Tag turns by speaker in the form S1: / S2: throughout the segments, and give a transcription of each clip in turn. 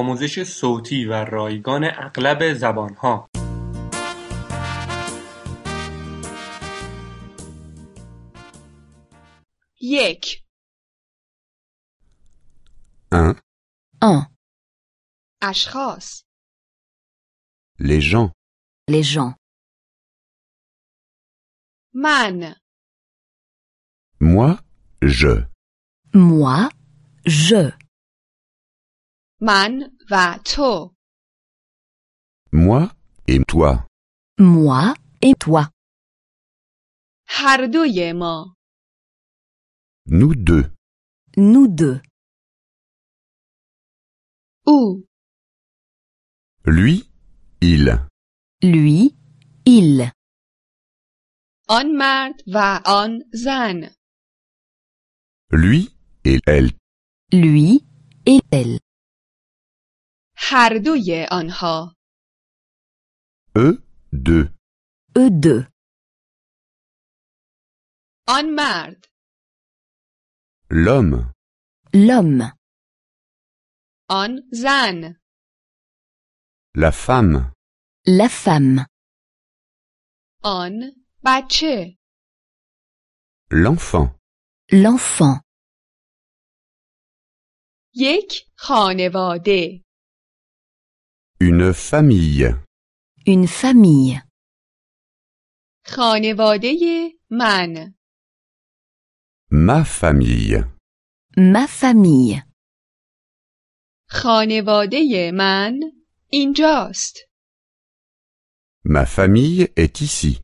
S1: آموزش صوتی و رایگان اغلب زبانها
S2: یک
S3: 1.
S4: 1.
S2: اشخاص
S3: Les gens.
S4: Les gens.
S2: من
S3: Moi, je.
S4: Moi, je.
S2: من و تو
S3: Moi et toi.
S4: Moi et toi.
S2: هر دوی ما
S3: Nous deux.
S4: Nous deux.
S2: او
S3: Lui, il.
S4: Lui, il.
S2: آن مرد و آن زن
S3: Lui et elle.
S4: Lui et elle.
S2: هر دوی آنها
S3: Eux, deux.
S4: Eux deux.
S2: آن مرد
S3: L'homme.
S4: L'homme.
S2: آن زن
S3: La femme.
S4: La femme.
S2: آن بچه
S3: L'enfant.
S4: L'enfant.
S2: یک خانواده
S3: Une famille.
S4: Une famille.
S2: خانواده من
S3: Ma famille.
S4: Ma famille.
S2: خانواده من اینجاست
S3: Ma famille est ici.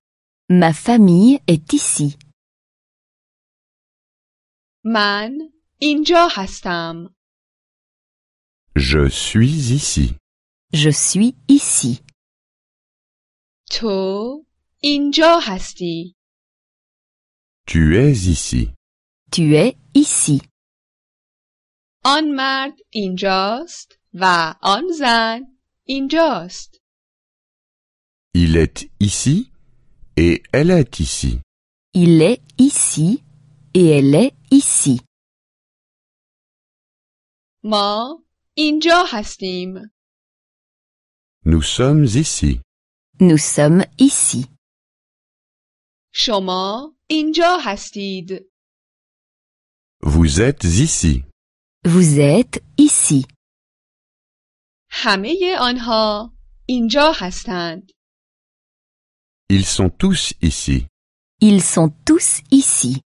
S4: Ma famille est ici.
S2: من اینجا هستم
S3: Je suis ici.
S4: Je suis ici.
S2: تو اینجا هستی
S3: Tu es ici.
S4: Tu es ici.
S2: آن مرد اینجاست و آن زن اینجاست
S3: Il est ici et elle est ici.
S4: Il est ici et elle est ici.
S2: ما اینجا هستیم
S3: Nous sommes ici.
S4: Nous sommes ici.
S2: شما اینجا هستید
S3: Vous êtes ici.
S4: Vous êtes ici.
S2: همه آنها اینجا هستند
S3: Ils sont tous ici.
S4: Ils sont tous ici.